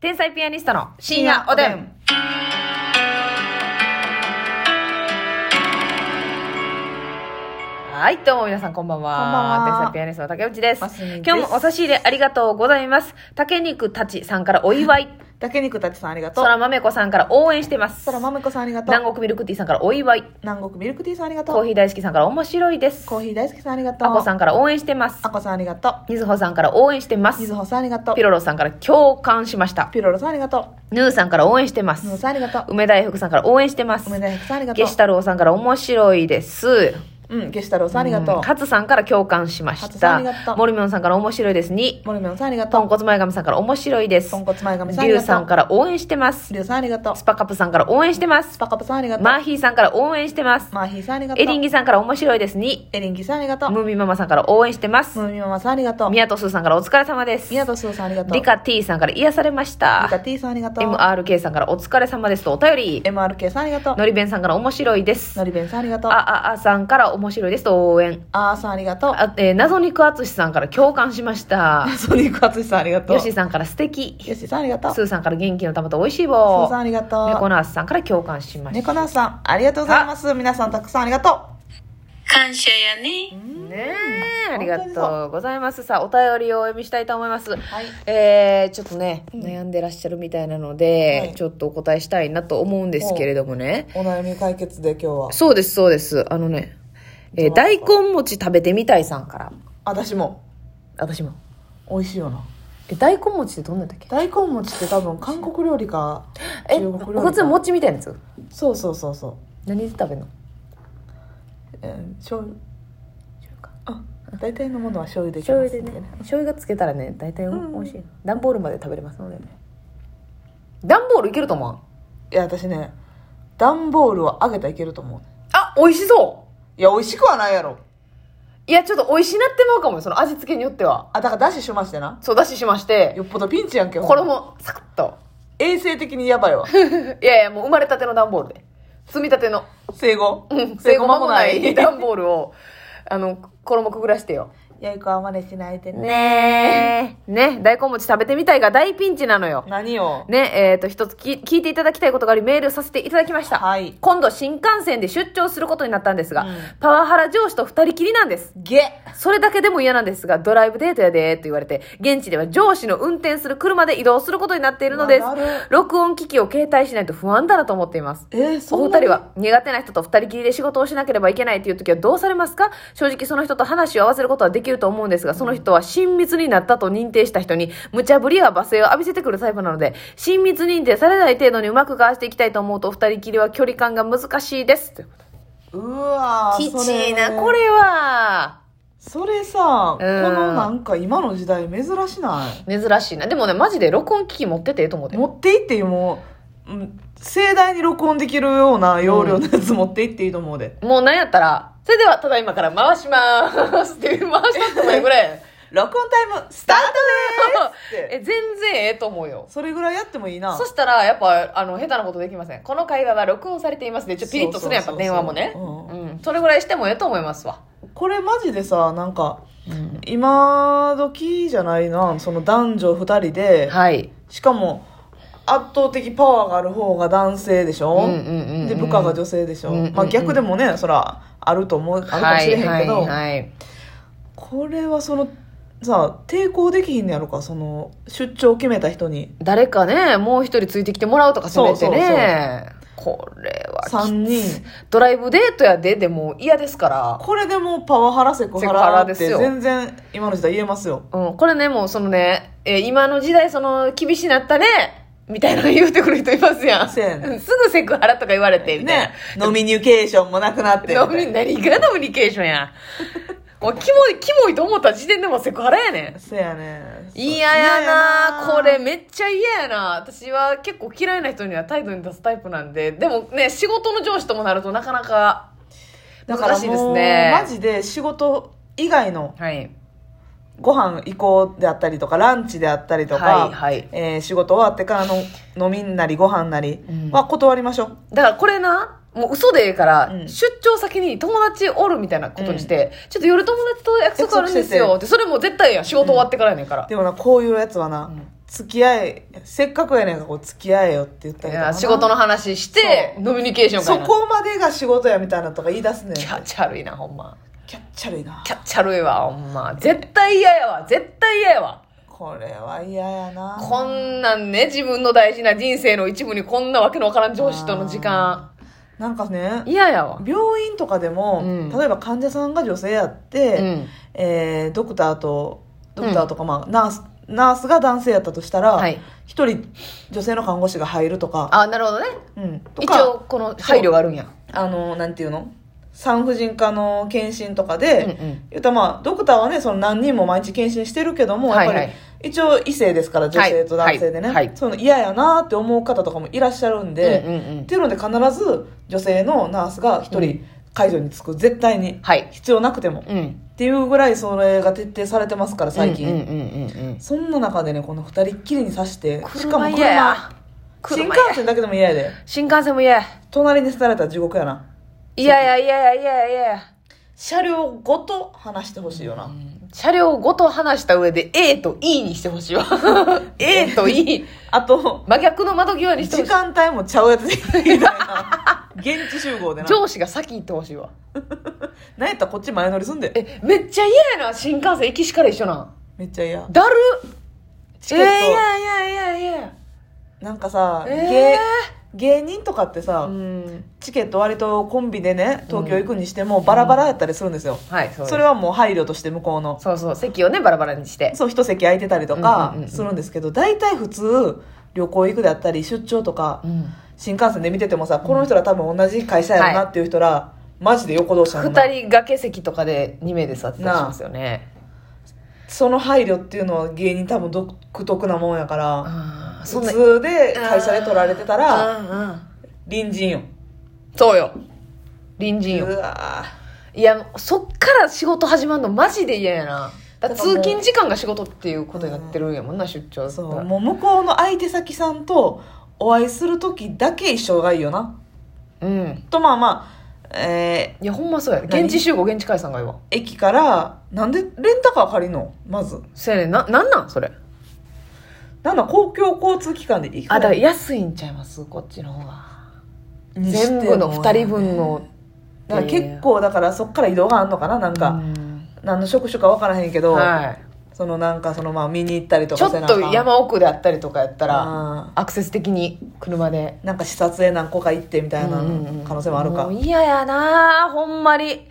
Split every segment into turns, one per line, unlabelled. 天才ピアニストの深夜おでん。はい、どうも皆さんこんばんは。
こんばんは
天才ピアニストの竹内です。
ますみです
今日もお差し入れありがとうございます。竹肉たちさんからお祝い。
竹肉たちさんありがとう
空豆子さんから応援してます。
そらまめこさんありがとう
南国ミルクティーさんからお祝い。
南国ミルクティーさんありがとう
コーヒー大好きさんから面白いです。
コーヒー大好きさんありがとう
あこさんから応援してます
あ。こさんありがとう
みずほさんから応援してま
みず
す。
ほさんありがとう
ピロロさんから共感しました。
ピロロさんありがと
ヌーさんから応援してま
うぬー
す。
さんありがとう
梅大福さんから応援してます。
梅田百さんありがと
ゲ
う
シ太郎さんから面白いです。
うんゲシ太郎さんありがとう
ハツさんから共感しま
ハ
し
ツさん
た
ありがと。う
モルミョンさんから面白いです。に
モルメンさんありが
ポン
と
コツ前髪さんから面白いで
う
す
とん。こつ前髪さんあ
リ
り
ュ
が
ウ
とう
さんから応援してます。
りゅうさんありがとう
スパカップさんから応援してます
ス。パカプさんありがとう
マーヒーさんから応援してます。
マーヒーさんありがとう
エリンギさんから面白いです。に
エリンギさんありがとう
ムーミンママさんから応援してます。
ムーミンママさんありがとう
ミヤトスーさんからお疲れ様です。
宮田すうさんありがとう
リカ T さんから癒されまし
リカ
た。
T さんありがとう
MRK さんからお疲れ様ですとお便り。
MRK さんありがとう
のりべんさんから面白いです。
のりべんさんありがとう
あああさんから面白いですと応援。
あーさんありがとう
あえー謎肉あつしさんから共感しました。
ソニックあつしさんありがとう
よしさんから素敵。
よしさんありがとう
スーさんから元気の玉と美味しい
そう
棒
さん。ありがとう。
猫ナースさんから共感しまし
猫なさん、ありがとうございます。皆さんたくさんありがと
感謝やね
た。
う。ね
ねえ、ありがとうございます。さあ、お便りをお読みしたいと思います。
はい。
えー、ちょっとね、
うん
悩んでらっしゃるみたいなので、
はい
ちょっとお答えしたいなと思うんですけれどもね。
お悩み解決で今日は。
そうです、そうです。あのね、えー
どう
大根餅食べてみたいさんから。
私も、
私も。
美味しいよな。
え、大根餅ってどんなんだっけ
大根餅って多分韓国料理か、
え、
中国料
普
理
通
か。
餅みたいなやつ
そうそうそうそう。
何で食べるの
えー、醤油。
油か
あ、大体のものは醤油でいき
醤
ます
油
んで
でね。醤油がつけたらね大体美
うん
味しい段、ボールまで食べれますのでね段ボールいけると思わん
いや、私ね、段ボールを揚げたらいけると思う。
あ美味しそ
いや、美味しくはないやろ。
ういやちょっと美味しなってまうかもよその味付けによっては
あ、だから出ししましてな。
そう出ししまして
よっぽどピンチやんけ。
衣サクッと
衛生的にやばいわ。
いやいやもう生まれたての段ボールで積み立ての
生後
うん。生後間もない 段ボールをあの衣くぐらしてよ
良い子は真似しないでね。
ねえね大根餅食べてみたいが大ピンチなのよ
何を
ねえっ、と一つき聞いていただきたいことがありメールさせていただきました、
はい
今度新幹線で出張することになったんですが、
うん
パワハラ上司と二人きりなんです
ゲ
それだけでも嫌なんですがドライブデートやでーと言われて現地では上司の運転する車で移動することになっているのです
うわなる
録音機器を携帯しないと不安だなと思っています
えー、そ
お
ん
二
なに
人は苦手な人と二人きりで仕事をしなければいけないという時はどうされますか正直その人と話を合わせることはできると思うんですが、その人は親密になったと認定した人に、無茶ぶりや罵声を浴びせてくるタイプなので、親密認定されない程度にうまく交わしていきたいと思うと、お二人きりは距離感が難しいです。
うわー
きちいな、
そ
これは。
それさ、こ
うん
のなんか今の時代珍しない
珍しいな。でもね、マジで録音機器持っててええと思うで。
持っていっていいもう、うん盛大に録音できるような容量のやつ持っていっていいと思うで。
もうなんやったら、それではただ今から回しまーすっていう、回したってもええぐらいやねん
録音タイムスタートでーすっ て。
え、全然ええと思うよ。
それぐらいやってもいいな
そ。したら、やっぱ、あの、下手なことできません。この会話は録音されていますで、ちょっとピリッとするやんや
そ
っ
う
ぱ
そうそ
電
う
話もね。
う
うん。それぐらいしてもええと思いますわ。
これマジでさ、なんか、今時じゃないな、その男女二人で、
はい。
しかも圧倒的パワーがある方が男性でしょ、
うんうんうんうん
で部下が女性でしょ、
うんうんうん
まあ、逆でもねそらあると思うあるかも
は
しれへん
い、は
け
い、
ど、
はい。
これはそのさ抵抗できひんのやろかその出張を決めた人に
誰かね、もう一人ついてきてもらうとかせめてね。これはきつ
3人
ドライブデートやで、でも嫌ですから。
これでもうパワハラセクハ
セクハ
ラ
ラ
っ
で
て
すよ
全然今の時代言えますよ
うん。これね、もうそのね、えー今の時代、その、厳しなったね。みたいなの言うてくる人いますやん。
せやねん
すぐセクハラとか言われて、みたいな。
ねノミニケーションもなくなって
ノミ 何がノミニケーション や。もうキモい、キモいと思った時点でもうセクハラやね
そうやね
ん。嫌やなこれめっちゃ嫌やな私は結構嫌いな人には態度に出すタイプなんで。でもね、仕事の上司ともなるとなかなか
だか
難
らも
し
う
いですね。
マジで仕事以外の
はい。
ご飯行こうであったりとかランチであったりとか、
はいはい
えー仕事終わってからの飲みんなりご飯なり
うん
は断りましょう、
だからこれな、もう嘘でええから、
うん
出張先に友達おるみたいなことにして、ちょっと夜友達と約束あるんです
約束し
よっ
て
て、それもう絶対やん。仕事終わってからやねんから。
でもなこういうやつはな、
ん
付き合えせっかくやねんからこう付き合えよって言った
い
りとか
や
な
仕事の話して
そ
飲みニケーションか
そ
いな
こまでが仕事やみたいなとか言い出すねん
キャッチャルいなほんま
キャッチャルいな
キャッチャルいわほんま絶対嫌やわ絶対嫌やわ
これは嫌やな
こんなんね自分の大事な人生の一部にこんなわけのわからん上司との時間
なんかね
嫌やわ
病院とかでも、
うん
例えば患者さんが女性やっ
う
て、
ん
えードクターとドクターとか、まあ、ナースナースが男性やったとしたら
はい
一、人女性の看護師が入るとか,、
あなるほどね
うん、と
一
か
応この配慮があるんや
あのなんていうの産婦人科の検診とか
う
で、
んうん
言うたらまあドクターはねその何人も毎日検診してるけどもやっぱり、
はいはい
一応異性ですから女性と男性でね、
はいはいはい
そういうの嫌やなって思う方とかもいらっしゃるんで、
うんうんうん
っていうので必ず女性のナースが一
う
人会場につく絶対に、
はい
必要なくても、っ
うん
ていうぐらいそれが徹底されてますから最近、
うんうんうんうんうん
そんな中でねこの二人っきりにさしてしかも
嫌や
新
車
幹線だけでも嫌やで
新幹線も嫌や
隣に捨てられたら地獄やない
やいやいやいやいやいやいや
車両ごと話してほしいよな、
車両ごと話した上で A と E にしてほ しいわ A と E
あと
真逆の窓際にして
時
ほしい
間帯もちゃうやつでいいみたいな現地集合でな
上司が先行ってほしいわ
なんやったらこっち前乗りすんで
えめっちゃ嫌やな新幹線行きしから一緒なん
めっちゃ嫌
だる
チ
え
ケ
ー、
ッ
い
ト、
やいやいやいや
なんかさ、
えー
芸芸人とかってさ、
うん
チケット割とコンビでね東京行くにしてもバラバラやったりするんですよ、
はいそうです
それはもう配慮として向こうの
そうそう席をねバラバラにして
そう一席空いてたりとか
うんうんうんうん
するんですけど大体普通旅行行くであったり出張とか
うん
新幹線で見ててもさこの人ら多分同じ会社やろなっていう人ら、マジで横同士やもんな
二人掛け席とかで2名で座ってたりしますよね
その配慮っていうのは芸人多分独特なもんやから
ああ
普通で会社で取られてたら隣人よ
そうよ隣人
う
よ
わ
いやそっから仕事始まるのマジで嫌やなだから通勤時間が仕事っていうことになってるんやもんな出張だっ
ー
た
そ
ら
うもう向こうの相手先さんとお会いする時だけ一緒がいいよな
うん
とまあまあえ
いやほんまそうや
何
現地集合現地解散がいいわ
ー駅からなんでレンタカー借りんのまず
せやねんななんなんそれ
なんだ公共交通機関で行く
あだから安いんちゃいますこっちの方が全部の2人分の
だから結構だからそっから移動があんのかななんか、
うん
何の職種か分からへんけど、
は
そのなんかそのまあ見に行ったり
い
と
ちょ
かせ
っ
なあかん
と山奥であったりとかやったら
あ
アクセス的に車で
ーなんか視察へ何個か行ってみたいな
うんうんうん
可能性もあるか、
う嫌やなほんまに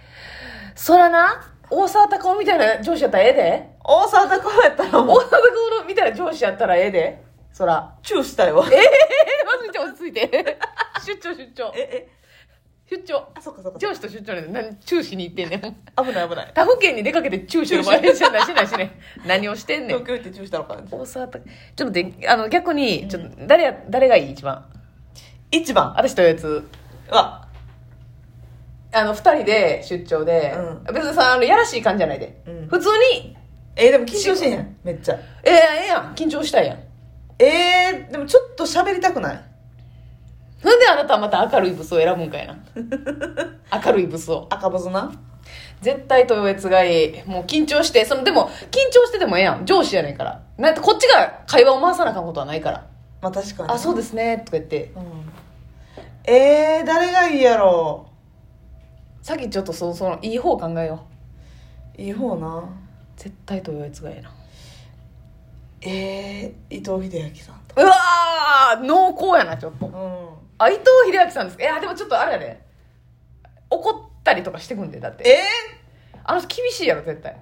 そらな大沢たかおみたいな上司やったらええで
大沢たかおやったらも
大
う
沢たかおみたいな上司やったらええでそら
チューしたいわ
ええまずみちゃん落ち着いて 出張出張
ええ
出張
あそっかそっか
上司と出張で何注視に行ってんねん
危ない危ない
他府県に出かけて注視の前にしないしないし ない何をしてんね
東
ん
京行ってチューしたのか
大沢たかちょっと待ってあの逆にちょっと誰や誰がいい一番
一番
私とやつ
は
あの2人で出張で、
う
別にさあのやらしい感じじゃないで、
うん
普通に
えーでも緊張しへんめっちゃ
ええやんええやん緊張したいやん
えーでもちょっと喋りたくない
なんであなたはまた明るいブスを選ぶんかいな明るいブスを
赤ボスな
絶対と越がいいもう緊張してそのでも緊張しててもええやん上司やねんからなんてこっちが会話を回さなあかんことはないから
まあ確
「
かに
あそうですね」とか言って
うんえー、誰がいいやろ
さっきちょっとそのそのいい方考えよ
いい方な
う絶対と越がいいな
えー、伊藤英明さんと
うわー濃厚やなちょっと
うん
あ伊藤英明さんですかいやでもちょっとあれやね怒ったりとかしてくんでだって
え
あの人厳しいやろ絶対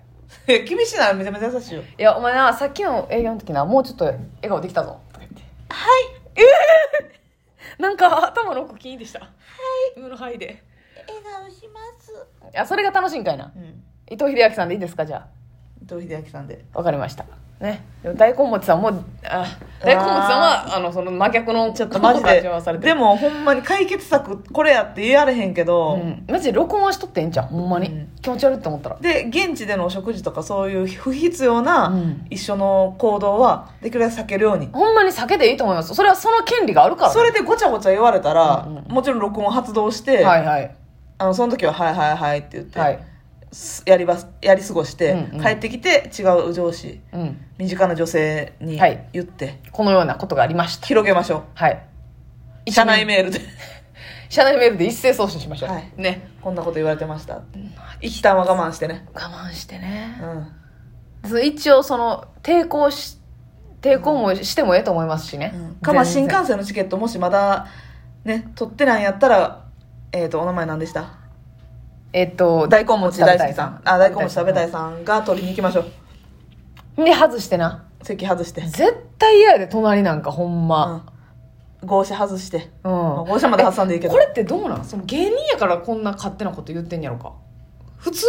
ー、 厳しいなめちゃめちゃ優しいよ
いやお前なさっきの営業の時なもうちょっと笑顔できたぞとか言ってはいえー、 なんか頭の奥キーンでしたはいのはいで
笑顔します
いやそれが楽しいんかいな
うん
伊藤英明さんでいいですかじゃ
伊藤英明さんで
あわかりましたねでも大根餅さんもあ大根餅さんはあのその真逆の
ちょっとマジ
感
で
じはされてる
でもほんまに解決策これやって言われへんけど、
うん、マジで録音はしとってええんじゃんほんまに、
うん
気持ち悪いって思ったら
で現地でのお食事とかそういう不必要
う
なん一緒の行動はできるだけ避けるように、
ほんまに避けていいと思いますそれはその権利があるからね、
それでごちゃごちゃ言われたら、
うんうん
もちろん録音発動して、
はいはい
あのその時は「はいはいはい」って言って、
はい
すやりばすやり過ごして、
うんうん
帰ってきて違う上司
うん。
身近な女性に
はい
言って
このようなことがありました。
広げましょ
はい。
う社内メールで
社内メールで一斉送信しましょう。
はい
ね。
こんなこと言われてましたって一旦は我慢してね
我慢して
う
ね。
ん
そう一応、その、抵抗し、抵抗もしてもええと思いますしね。
かまあ
全
新
然
幹線のチケットもしまだね取ってないんやったらえっ、とお名前何でした
えっと、
大根餅大好きさんあ大根餅食べたい
さ。
さんが取りに行きましょうん
で、外してな。
席外して、
絶対嫌やで、隣なんか、ほんま。
うん、号車外して、
うん。
まあ号車まで挟んでいいけど
これってどうなんその芸人やからこんな勝手なこと言ってんやろか普通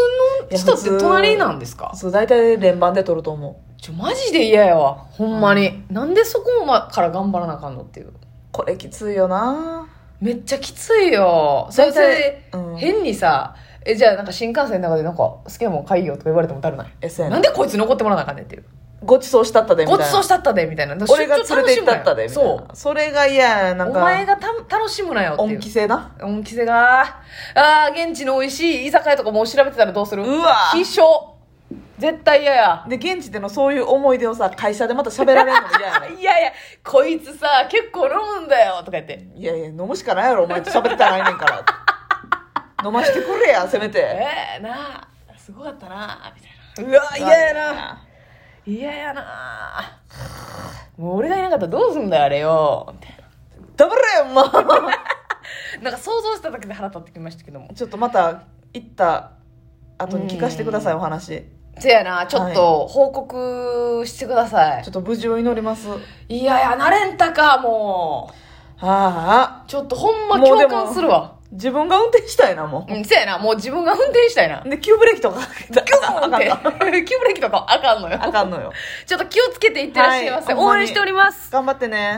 の人って
いや普通
隣なんですか
そう大体連番で取ると思う
ちょマジで嫌やわほんまに、なんでそこまから頑張らなあかんのっていう
これきついよな
めっちゃきついよそれ
大体
で、
うん
変にさえじゃあなんか新幹線の中でなんか好きなもん買いよとか言われてもだるない
えそうや
なんでこいつに怒ってもらわなあかんねんっていう
ごちそうしたったでみた
ご
い
ち
な
そうしたったでみたいな
俺が連れて行ったったでみたいな
そう
それが嫌やななん
お
か
前がた楽しむなよってい
恩
う
着せな
恩着せがあー現地の美味しい居酒屋とかもう調べてたらどうする
うわ
必勝絶対嫌や
で現地でのそういう思い出をさ会社でまた喋られるのも嫌や
あ
ね
いやいやこいつさ結構飲むんだよとか言って
いやいや飲むしかないやろお前と喋ってたらないねんから 飲ましてくれやせめて
ええなあすごかったなあみたいなうわ嫌やな嫌やなあもう俺がいなかったらどうすんだよあれよみたい
黙れよも う
ななんか想像しただけで腹立ってきましたけども
ちょっとまた行った後に聞かせてくださいお話
せやなちょっと報告してください
ちょっと無事を祈ります
いやいやなれんたかも
ああ
うちょっとほんま
もうで
共
も
感するわ
自分が運転したいなも
うん、せやな、もう自分が運転したいな
う。で急ブレーキとか
キューン
あかんか
って、 急ブレーキとかあかんのよ。
あかんのよ
ちょっと気をつけていってらっしゃいませ。
はいほん
応
まに
援しております。
頑張ってね